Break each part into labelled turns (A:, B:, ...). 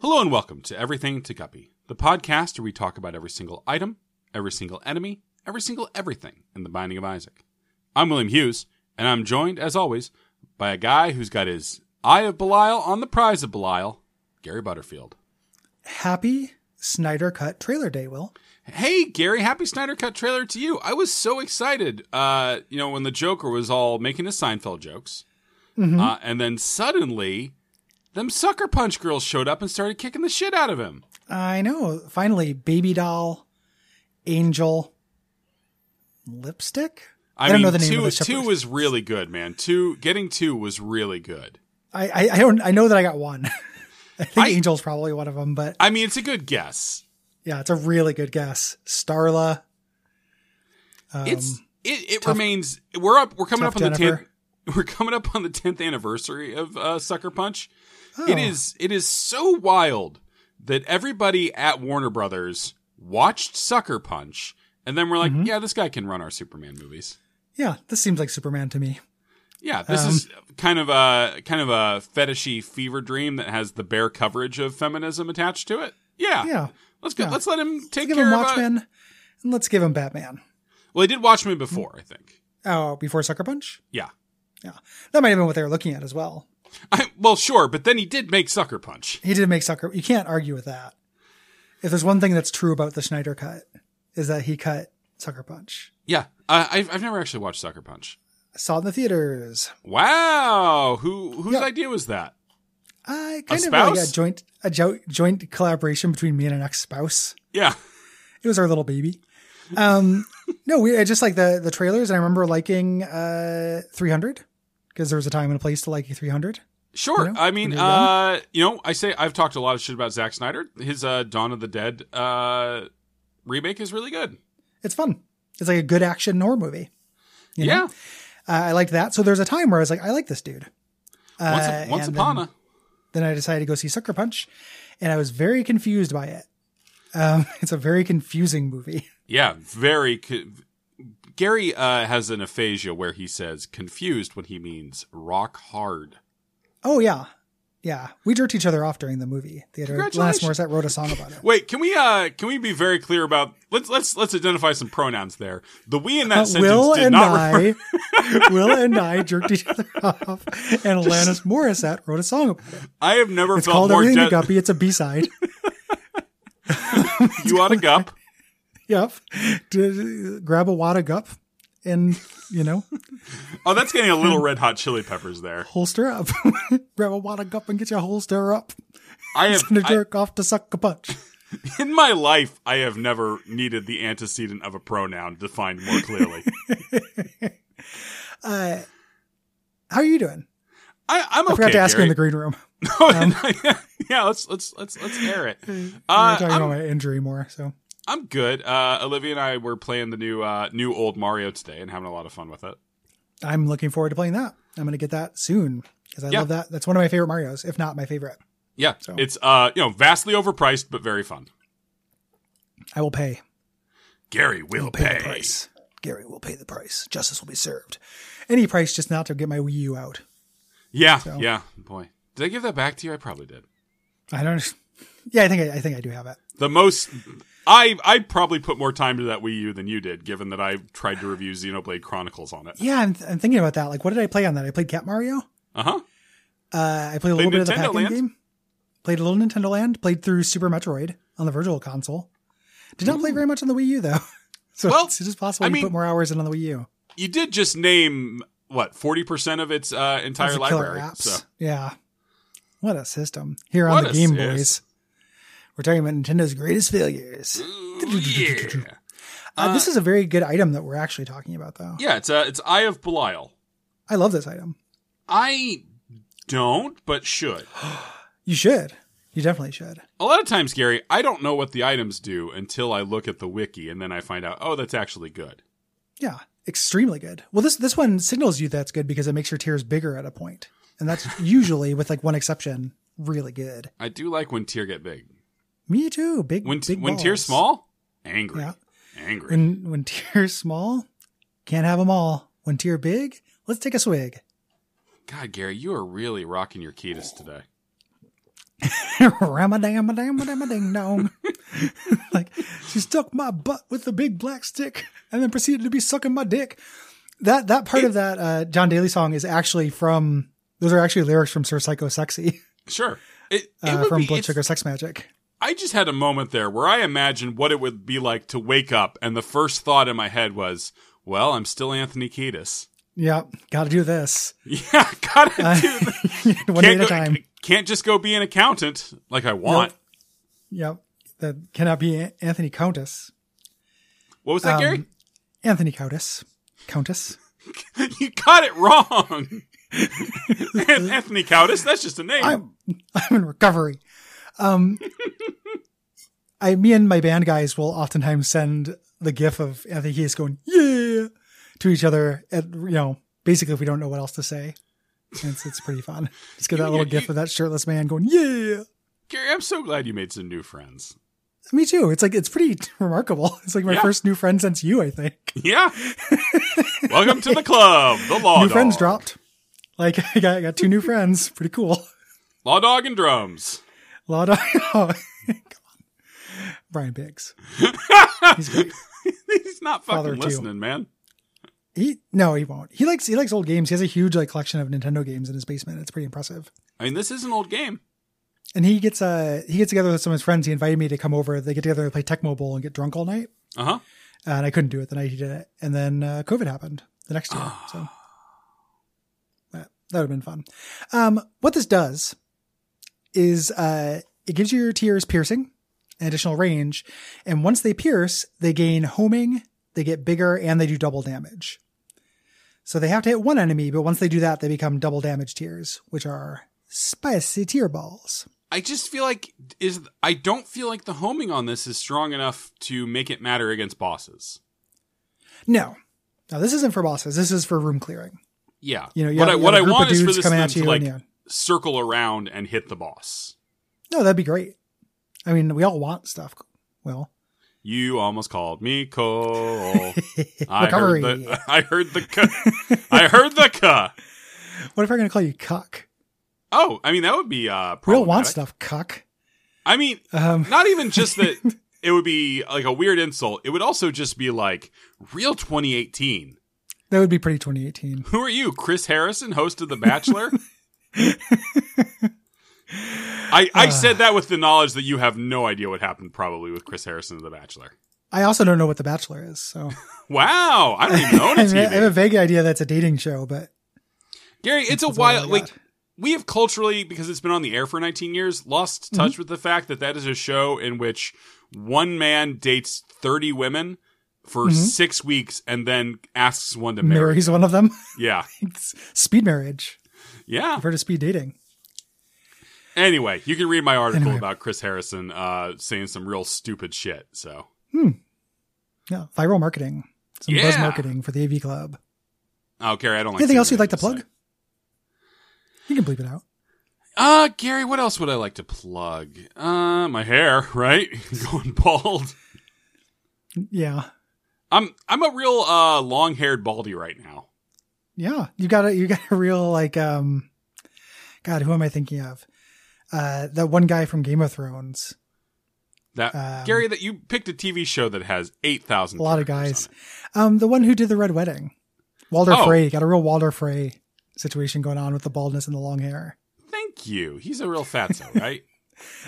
A: Hello and welcome to Everything to Guppy, the podcast where we talk about every single item, every single enemy, every single everything in the Binding of Isaac. I'm William Hughes, and I'm joined, as always, by a guy who's got his Eye of Belial on the prize of Belial, Gary Butterfield.
B: Happy Snyder Cut Trailer Day, Will.
A: Hey, Gary, happy Snyder Cut trailer to you. I was so excited, uh, you know, when the Joker was all making his Seinfeld jokes. Uh, and then suddenly, them Sucker Punch girls showed up and started kicking the shit out of him.
B: I know. Finally, Baby Doll, Angel, Lipstick?
A: I,
B: don't
A: mean,
B: know the name
A: two,
B: of the
A: two
B: shepherd.
A: was really good, man. Two getting two was really good.
B: I, I, I don't. I know that I got one. I think
A: I-
B: Angel's probably one of them, but
A: I mean, it's a good guess.
B: yeah, it's a really good guess. Starla. Um,
A: it's it, it remains. We're up. We're coming up
B: tough
A: on the
B: Jennifer.
A: tenth. We're coming up on the tenth anniversary of uh, Sucker Punch.
B: oh,
A: It is it is so wild that everybody at Warner Brothers watched Sucker Punch, and then we're like,
B: Mm-hmm.
A: yeah, this guy can run our Superman movies.
B: Yeah, this seems like Superman to me.
A: Yeah, this is
B: Um,
A: kind of a kind of a fetishy fever dream that has the bare coverage of feminism attached to it. Yeah,
B: Yeah.
A: Let's go.
B: Yeah.
A: Let's let him take
B: Give
A: care
B: him
A: of. uh,
B: Watchmen, and let's give him Batman.
A: Well, he did Watchmen before, I think.
B: Oh, before Sucker Punch?
A: Yeah.
B: Yeah. That might have been what they were looking at as well.
A: I, well, sure, but then he did make Sucker Punch.
B: He did make Sucker. You can't argue with that. If there's one thing that's true about the Schneider cut, is that he cut Sucker Punch.
A: Yeah, uh, I've I've never actually watched Sucker Punch.
B: I saw it in the theaters.
A: Wow, who whose
B: Yeah.
A: idea was that?
B: I kind of
A: spouse?
B: like a joint a jo- joint collaboration between me and an ex spouse.
A: Yeah,
B: It was our little baby. Um, no, we I just like the the trailers, and I remember liking uh 300 because there was a time and a place to like 300.
A: sure.
B: You know,
A: I mean,
B: when you're
A: uh, you know, I say I've talked a lot of shit about Zack Snyder. His uh, Dawn of the Dead uh, remake is really good.
B: It's fun. It's like a good action horror movie. you know?
A: yeah,
B: Uh, I liked that. So there's a time where I was like, I like this dude.
A: once,
B: Uh,
A: once
B: and
A: upon
B: then-
A: a
B: then I decided to go see Sucker Punch, and I was very confused by it. Um, it's a very confusing movie.
A: yeah, very. Co- Gary uh, has an aphasia where he says confused when he means rock hard.
B: Oh yeah, yeah. We jerked each other off during the movie theater. Last
A: Congratulations.
B: Morissette wrote a song about it.
A: Wait, can we uh can we be very clear about let's let's let's identify some pronouns there. The we in that
B: Uh,
A: sentence
B: Will
A: did
B: and
A: not refer
B: I, Will and I jerked each other off, and Alanis Morissette wrote a song about it.
A: I have never
B: It's
A: felt
B: called
A: more
B: Everything
A: dead
B: to Guppy. It's a B side.
A: you ought to gup.
B: yep. D- grab a wad of gup and you know
A: Oh, that's getting a little red hot chili peppers there.
B: holster up. grab a wad of gup and get your holster up.
A: I have
B: It's gonna
A: I-
B: jerk off to suck a punch.
A: in my life I have never needed the antecedent of a pronoun defined more clearly.
B: Uh, how are you doing?
A: I, I'm okay.
B: I forgot to ask you in the
A: Gary.
B: green room.
A: yeah, let's let's let's let's air it.
B: we were
A: Uh,
B: talking about
A: I'm,
B: my injury more. So
A: I'm good. Uh, Olivia and I were playing the new uh, new old Mario today and having a lot of fun with it.
B: I'm looking forward to playing that. I'm going to get that soon because I
A: Yeah.
B: love that. That's one of my favorite Mario's, if not my favorite.
A: Yeah,
B: So-
A: it's uh you know vastly overpriced but very fun.
B: I will pay.
A: Gary will
B: Pay, the price. Gary will pay the price. Justice will be served. Any price, just not to get my Wii U out.
A: Yeah,
B: So-
A: yeah, boy. Did I give that back to you? I probably did.
B: I don't. Yeah, I think I, I think I do have it.
A: The most I I probably put more time to that Wii U than you did, given that I tried to review Xenoblade Chronicles on it.
B: Yeah, I'm, I'm thinking about that. Like, what did I play on that? I played Cat Mario.
A: Uh huh.
B: Uh, I played a little bit of the
A: Nintendo
B: Pac-Man
A: Land.
B: game. Played a little Nintendo Land. Played through Super Metroid on the Virtual Console. Did not play very much on the Wii U though. So
A: Well,
B: it's just possible
A: I
B: you
A: mean-
B: put more hours in on the Wii U.
A: You did just name what forty percent of its uh, entire
B: Lots of killer
A: library.
B: apps.
A: So
B: Yeah. What a system. Here
A: What
B: on the
A: a
B: Game
A: sys-
B: Boys. We're talking about Nintendo's greatest failures.
A: Ooh, yeah,
B: Uh, this is a very good item that we're actually talking about though.
A: yeah. It's uh, it's Eye of Belial.
B: I love this item.
A: I don't, but should.
B: You should. You definitely should.
A: A lot of times, Gary, I don't know what the items do until I look at the wiki, and then I find out, oh, that's actually good.
B: Yeah. Extremely good. Well this this one signals you that's good because it makes your tears bigger at a point. And that's usually with like one exception, really good.
A: I do like when tear get big.
B: Me too. Big
A: When
B: big
A: when tear
B: balls.
A: small, angry,
B: Yeah.
A: angry.
B: When when tear small, can't have them all. When tear big, let's take a swig.
A: God, Gary, you are really rocking your ketis today.
B: Ramadam-a-dam-a-dam-a-ding dong. like she stuck my butt with a big black stick and then proceeded to be sucking my dick. That that part of that uh, John Daly song is actually from those are actually lyrics from Sir Psycho Sexy
A: Sure. It, it
B: uh,
A: would
B: from
A: be,
B: Blood
A: it's-
B: Sugar Sex Magic.
A: I just had a moment there where I imagined what it would be like to wake up, and the first thought in my head was, well, I'm still Anthony Kiedis.
B: Yeah, got to do this
A: Yeah, gotta
B: Uh,
A: do that.
B: one day at
A: go-
B: a time.
A: can't just go be an accountant like I want.
B: Yep, that cannot be An- Anthony Countess.
A: What was that,
B: Um,
A: Gary?
B: Anthony Countess, Countess.
A: You got it wrong. An- Anthony Cowdis, that's just a name.
B: I'm I'm in recovery. Um, I me and my band guys will oftentimes send the gif of Anthony Kiedis going yeah to each other at you know basically if we don't know what else to say. And It's, it's pretty fun. Just get
A: You-
B: that little
A: you-
B: gif
A: you-
B: of that shirtless man going yeah.
A: Gary, I'm so glad you made some new friends.
B: Me too. It's like it's pretty remarkable. It's like my
A: Yeah.
B: first new friend since you. I think
A: Yeah. Welcome to the club, the Law
B: new
A: Dog.
B: friends dropped. Like I got, I got two new friends. Pretty cool.
A: Law Dog and Drums.
B: lot of oh, come on, Brian Biggs. He's great.
A: He's not fucking
B: Father too.
A: listening, man.
B: He no, he won't. He likes he likes old games. He has a huge like collection of Nintendo games in his basement. It's pretty impressive.
A: I mean, this is an old game.
B: And he gets uh he gets together with some of his friends. He invited me to come over. They get together, they play Tecmo Bowl, and get drunk all night.
A: Uh huh.
B: And I couldn't do it the night he did it. And then uh, COVID happened the next year. so that that would have been fun. Um, what this does is uh, it gives your tears piercing and additional range. And once they pierce, they gain homing, they get bigger, and they do double damage. So they have to hit one enemy, but once they do that, they become double damage tears, which are spicy tear balls.
A: I just feel like is I don't feel like the homing on this is strong enough to make it matter against bosses.
B: No. Now this isn't for bosses. This is for room clearing.
A: Yeah.
B: You know, you
A: what
B: have-
A: I
B: you
A: what
B: have
A: I
B: a group
A: want
B: of
A: is for
B: dudes
A: this
B: coming
A: thing
B: at
A: to
B: you
A: like
B: and yeah.
A: circle around and hit the boss.
B: No, that'd be great. I mean, we all want stuff. Well,
A: You almost called me Cole. I
B: Recovery.
A: heard the I heard the cu- I heard the cuh.
B: what if I'm going to call you cuck?
A: Oh, I mean that would be uh
B: We all
A: problematic.
B: want stuff, cuck.
A: I mean,
B: Um,
A: not even just that it would be like a weird insult. It would also just be like real 2018.
B: that would be pretty 2018.
A: Who are you, Chris Harrison, host of The Bachelor? I, I said that with the knowledge that you have no idea what happened probably with Chris Harrison of The Bachelor.
B: I also don't know what The Bachelor is, so
A: Wow, I don't even own a
B: I, mean, I
A: TV.
B: have a vague idea that's a dating show, but
A: Gary, it's a
B: that's all I
A: wild
B: got.
A: like we have culturally because it's been on the air for 19 years lost
B: Mm-hmm.
A: touch with the fact that that is a show in which one man dates 30 women for
B: Mhm.
A: 6 weeks and then asks one to marry.
B: marries one of them.
A: Yeah.
B: speed marriage.
A: Yeah.
B: I've heard of speed dating.
A: Anyway, you can read my article
B: Anyway.
A: about Chris Harrison uh, saying some real stupid shit. So
B: Yeah, viral marketing. Some buzz
A: Yeah.
B: marketing for the AV Club.
A: Oh, Gary, I don't like
B: Anything
A: saying
B: else you'd
A: that,
B: like to
A: just
B: plug?
A: say.
B: You can bleep it out.
A: Uh, Gary, what else would I like to plug? Uh, my hair, right? Going bald.
B: Yeah,
A: I'm I'm a real uh long-haired baldy right now.
B: yeah. You got a you got a real like um, God, who am I thinking of? Uh, that one guy from Game of Thrones.
A: That
B: Um,
A: Gary, that you picked a TV show that has eight thousand.
B: a lot of guys. Um, the one who did the red wedding, Walter
A: Oh.
B: Frey, got a real Walter Frey situation going on with the baldness and the long hair.
A: Thank you. He's a real fatso, right?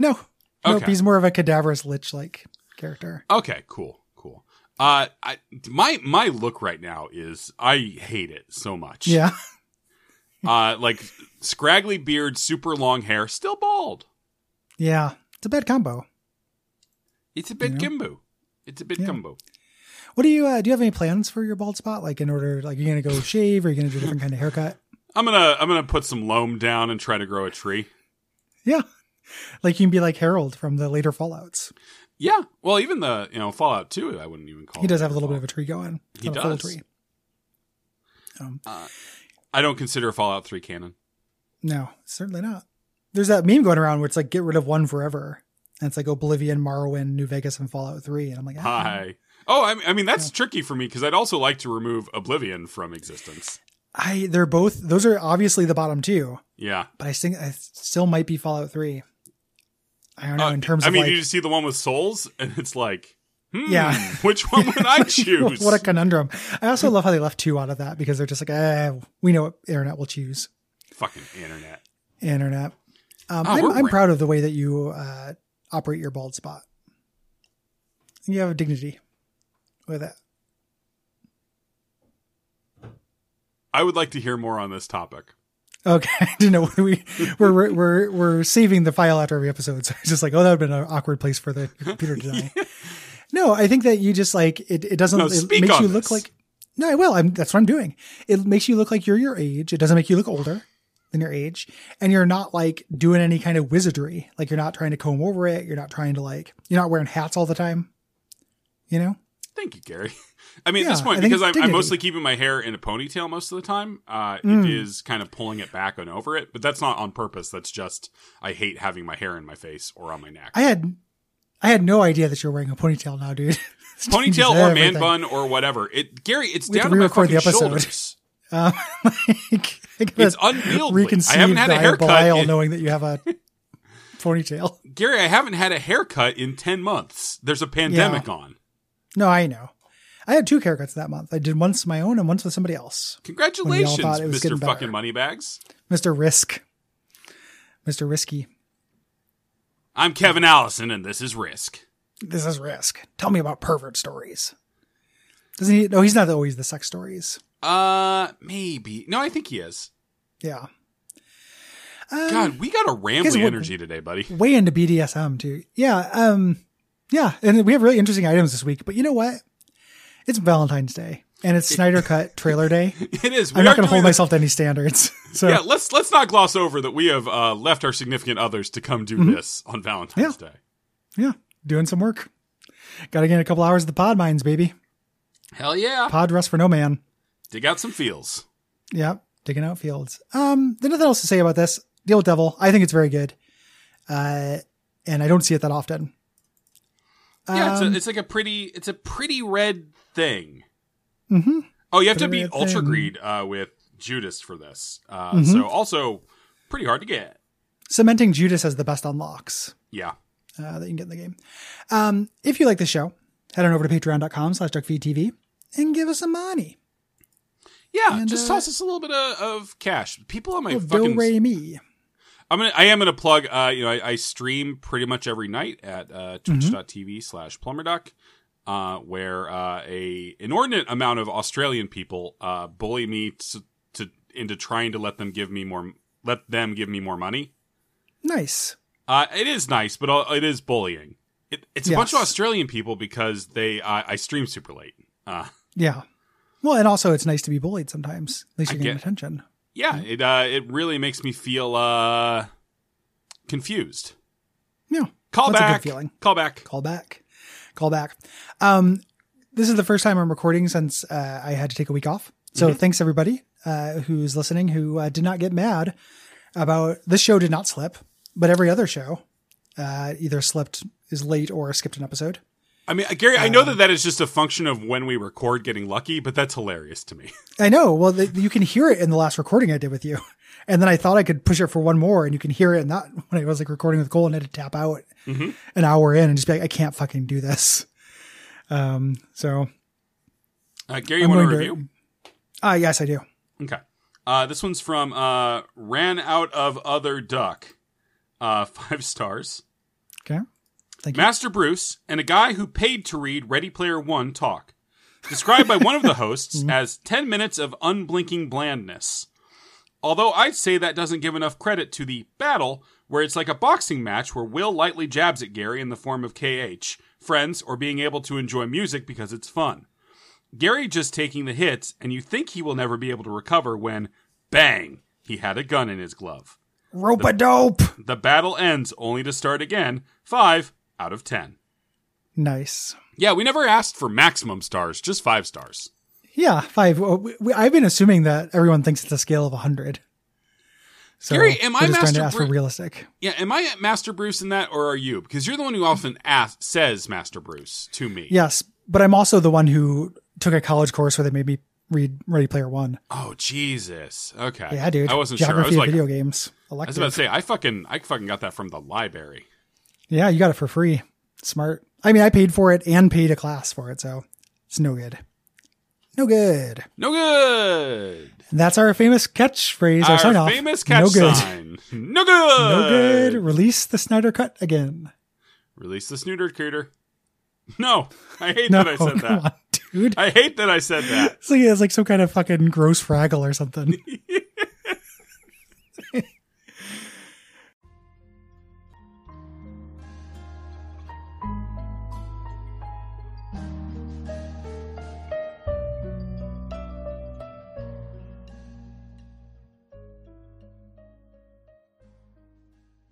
B: No, nope,
A: Okay.
B: he's more of a cadaverous lich like character.
A: Okay, cool, cool. Uh, I, my my look right now is I hate it so much.
B: Yeah,
A: Uh, like scraggly beard, super long hair, still bald.
B: yeah, it's a bad combo.
A: It's a bit
B: Yeah.
A: gimbo. It's a bit
B: Yeah.
A: gimbo.
B: What do you uh, do? You have any plans for your bald spot? Like in order, like you're gonna go shave, or you're gonna do a different kind of haircut?
A: I'm gonna I'm gonna put some loam down and try to grow a tree.
B: Yeah, like you can be like Harold from the later Fallout's.
A: Yeah. Well, even the you know Fallout Two, I wouldn't even call.
B: He
A: it
B: does have a little bit of a tree going. It's
A: Oh. He
B: not a full
A: does.
B: tree. Um,
A: I don't consider Fallout Three canon.
B: No, certainly not. There's that meme going around where it's like get rid of one forever. And it's like Oblivion, Morrowind, New Vegas, and Fallout 3. And I'm like, ah.
A: Hi. Oh, I mean, I mean that's tricky for me because I'd also like to remove Oblivion from existence.
B: I they're both those are obviously the bottom two,
A: Yeah.
B: but I think I still might be Fallout 3. I don't know in terms
A: Uh, I
B: of
A: mean,
B: like,
A: you just see the one with souls, and it's like, hmm,
B: Yeah.
A: which one would I choose?
B: what a conundrum. I also love how they left two out of that because they're just like, eh, we know what internet will choose.
A: Fucking internet.
B: Internet. Um,
A: Oh,
B: I'm,
A: we're
B: I'm
A: ra-
B: proud of the way that you uh, operate your bald spot. You have dignity with it.
A: I would like to hear more on this topic.
B: Okay, I didn't know whether we we're, we're we're we're saving the file after every episode. So it's just like, oh, that would have been an awkward place for the computer to die. No, I think that you just like it. It doesn't.
A: No,
B: it
A: speak
B: makes
A: on
B: you look
A: this.
B: like. No, I will. I'm, that's what I'm doing. It makes you look like you're your age. It doesn't make you look older than your age, and you're not like doing any kind of wizardry. Like you're not trying to comb over it. You're not trying to like. You're not wearing hats all the time. You know.
A: Thank you, Gary. I mean, at this
B: Yeah,
A: point,
B: I think
A: because I'm, I'm
B: dignity.
A: mostly keeping my hair in a ponytail most of the time, uh,
B: Hmm.
A: it is kind of pulling it back and over it, but that's not on purpose. That's just I hate having my hair in my face or on my neck.
B: I had, I had no idea that you're wearing a ponytail now, dude. This changes
A: ponytail or man
B: everything.
A: bun or whatever. It Gary, it's
B: We have
A: down
B: to
A: to my
B: re-record
A: fucking
B: the episode.
A: shoulders.
B: Um, like, I gotta
A: It's unwieldy.
B: Reconceive
A: I haven't had a
B: the
A: haircut
B: Belial
A: in-
B: knowing that you have a ponytail.
A: Gary, I haven't had a haircut in ten months. There's a pandemic on.
B: No, I know. I had two haircuts that month. I did once my own and once with somebody else.
A: Congratulations,
B: thought it was
A: Mr.
B: getting better.
A: Fucking Moneybags.
B: Mr. Risk. Mr. Risky.
A: I'm Kevin Allison, and this is Risk.
B: This is Risk. Tell me about pervert stories. Doesn't he? No, he's not always the sex stories.
A: Uh, maybe. No, I think he is.
B: Yeah. Um,
A: God, we got a
B: guess
A: rambly
B: what-
A: energy today, buddy.
B: way into BDSM too. Yeah, um, yeah, and we have really interesting items this week. But you know what? It's Valentine's Day, and it's Snyder Cut Trailer Day.
A: It is. We
B: I'm
A: are
B: not going to
A: doing
B: hold
A: this-
B: myself to any standards. So
A: Yeah, let's let's not gloss over that we have uh, left our significant others to come do this on Valentine's Day.
B: Mm-hmm. yeah, doing some work. Got to get a couple hours of the pod mines, baby.
A: Hell yeah!
B: Pod rest for no man.
A: Dig out some feels.
B: Yeah, digging out fields. Um, there's nothing else to say about this. Deal with Devil. I think it's very good. Uh, and I don't see it that often.
A: yeah, it's,
B: Um,
A: a, it's like a pretty it's a pretty red thing.
B: mhm.
A: Oh, you have to
B: Pretty
A: beat
B: red
A: Ultra
B: thing.
A: Greed uh, with Judas for this. Uh,
B: Mhm.
A: So also pretty hard to get.
B: Cementing Judas as the best unlocks.
A: Yeah.
B: uh, that you can get in the game. Um, if you like the show, head on over to patreon.com slash duckfeedtv and give us some money.
A: Yeah,
B: And,
A: just
B: uh,
A: toss us a little bit of, of cash. People on my
B: Well,
A: fucking
B: do ray me.
A: I'm gonna I am gonna plug uh you know I, I stream pretty much every night at uh
B: Mm-hmm.
A: twitch.tv slash plumberduck uh where uh a inordinate amount of Australian people uh bully me to, to into trying to let them give me more let them give me more money.
B: Nice.
A: Uh it is nice, but uh, it is bullying. It, it's a bunch of
B: Yes.
A: Australian people because they uh, I stream super late. Uh
B: Yeah. Well, and also it's nice to be bullied sometimes. At least
A: I
B: you're getting
A: get-
B: attention.
A: yeah,
B: Mm.
A: it uh it really makes me feel uh confused.
B: Yeah.
A: Call
B: That's a good
A: back.
B: feeling.
A: Call back.
B: Call back. Call back. Um, this is the first time I'm recording since uh, I had to take a week off.
A: Mm-hmm.
B: So thanks everybody uh, who's listening who uh, did not get mad about this show did not slip, but every other show uh, either slipped is late or skipped an episode.
A: I mean, uh, Gary, I
B: Uh,
A: know that that is just a function of when we record getting lucky, but that's hilarious to me.
B: I know. Well, th you can hear it in the last recording I did with you, and then I thought I could push it for one more, and you can hear it. And that when I was like recording with Cole, and I had to tap out
A: Mm-hmm.
B: an hour in and just be like, I can't fucking do this. Um. So,
A: Uh, Gary, you
B: I'm
A: want to
B: going to-
A: review?
B: ah, yes, I do.
A: Okay. Uh, this one's from uh, Ran Out of Other Duck. Uh, five stars.
B: Okay. Thank you.
A: Master Bruce and a guy who paid to read Ready Player One talk. Described by one of the hosts as 10 minutes of unblinking blandness. Although I'd say that doesn't give enough credit to the battle, where it's like a boxing match where Will lightly jabs at Gary in the form of KH, friends, or being able to enjoy music because it's fun. Gary just taking the hits, and you think he will never be able to recover when, bang, he had a gun in his glove.
B: Rope a dope.
A: The battle ends only to start again, 5 out of 10.
B: Nice.
A: Yeah, we never asked for maximum stars, just five stars.
B: Yeah, five. Well, we- we- I've been assuming that everyone thinks it's a scale of hundred. So
A: Gary, am I
B: we're just trying
A: Master
B: to ask for
A: Bru-
B: realistic?
A: Yeah, am I at Master Bruce in that, or are you? Because you're the one who often asks, says Master Bruce to me.
B: Yes, but I'm also the one who took a college course where they made me read Ready Player One.
A: Oh Jesus. Okay.
B: Yeah, dude.
A: I wasn't sure. I
B: Geography
A: was
B: of
A: like,
B: video games.
A: I
B: Elective.
A: was about to say, I fucking, I fucking got that from the library.
B: Yeah, you got it for free. Smart. I mean, I paid for it and paid a class for it, so it's no good. No good.
A: No good.
B: And that's our famous catchphrase, our, sign off.
A: famous catch
B: no good.
A: sign. No good.
B: No good. Release the Snyder Cut again.
A: Release the snooter cooter. No, I hate
B: No,
A: that I said
B: come
A: that.
B: on, dude.
A: I hate that I said that.
B: It's like, it's like some kind of fucking gross fraggle or something.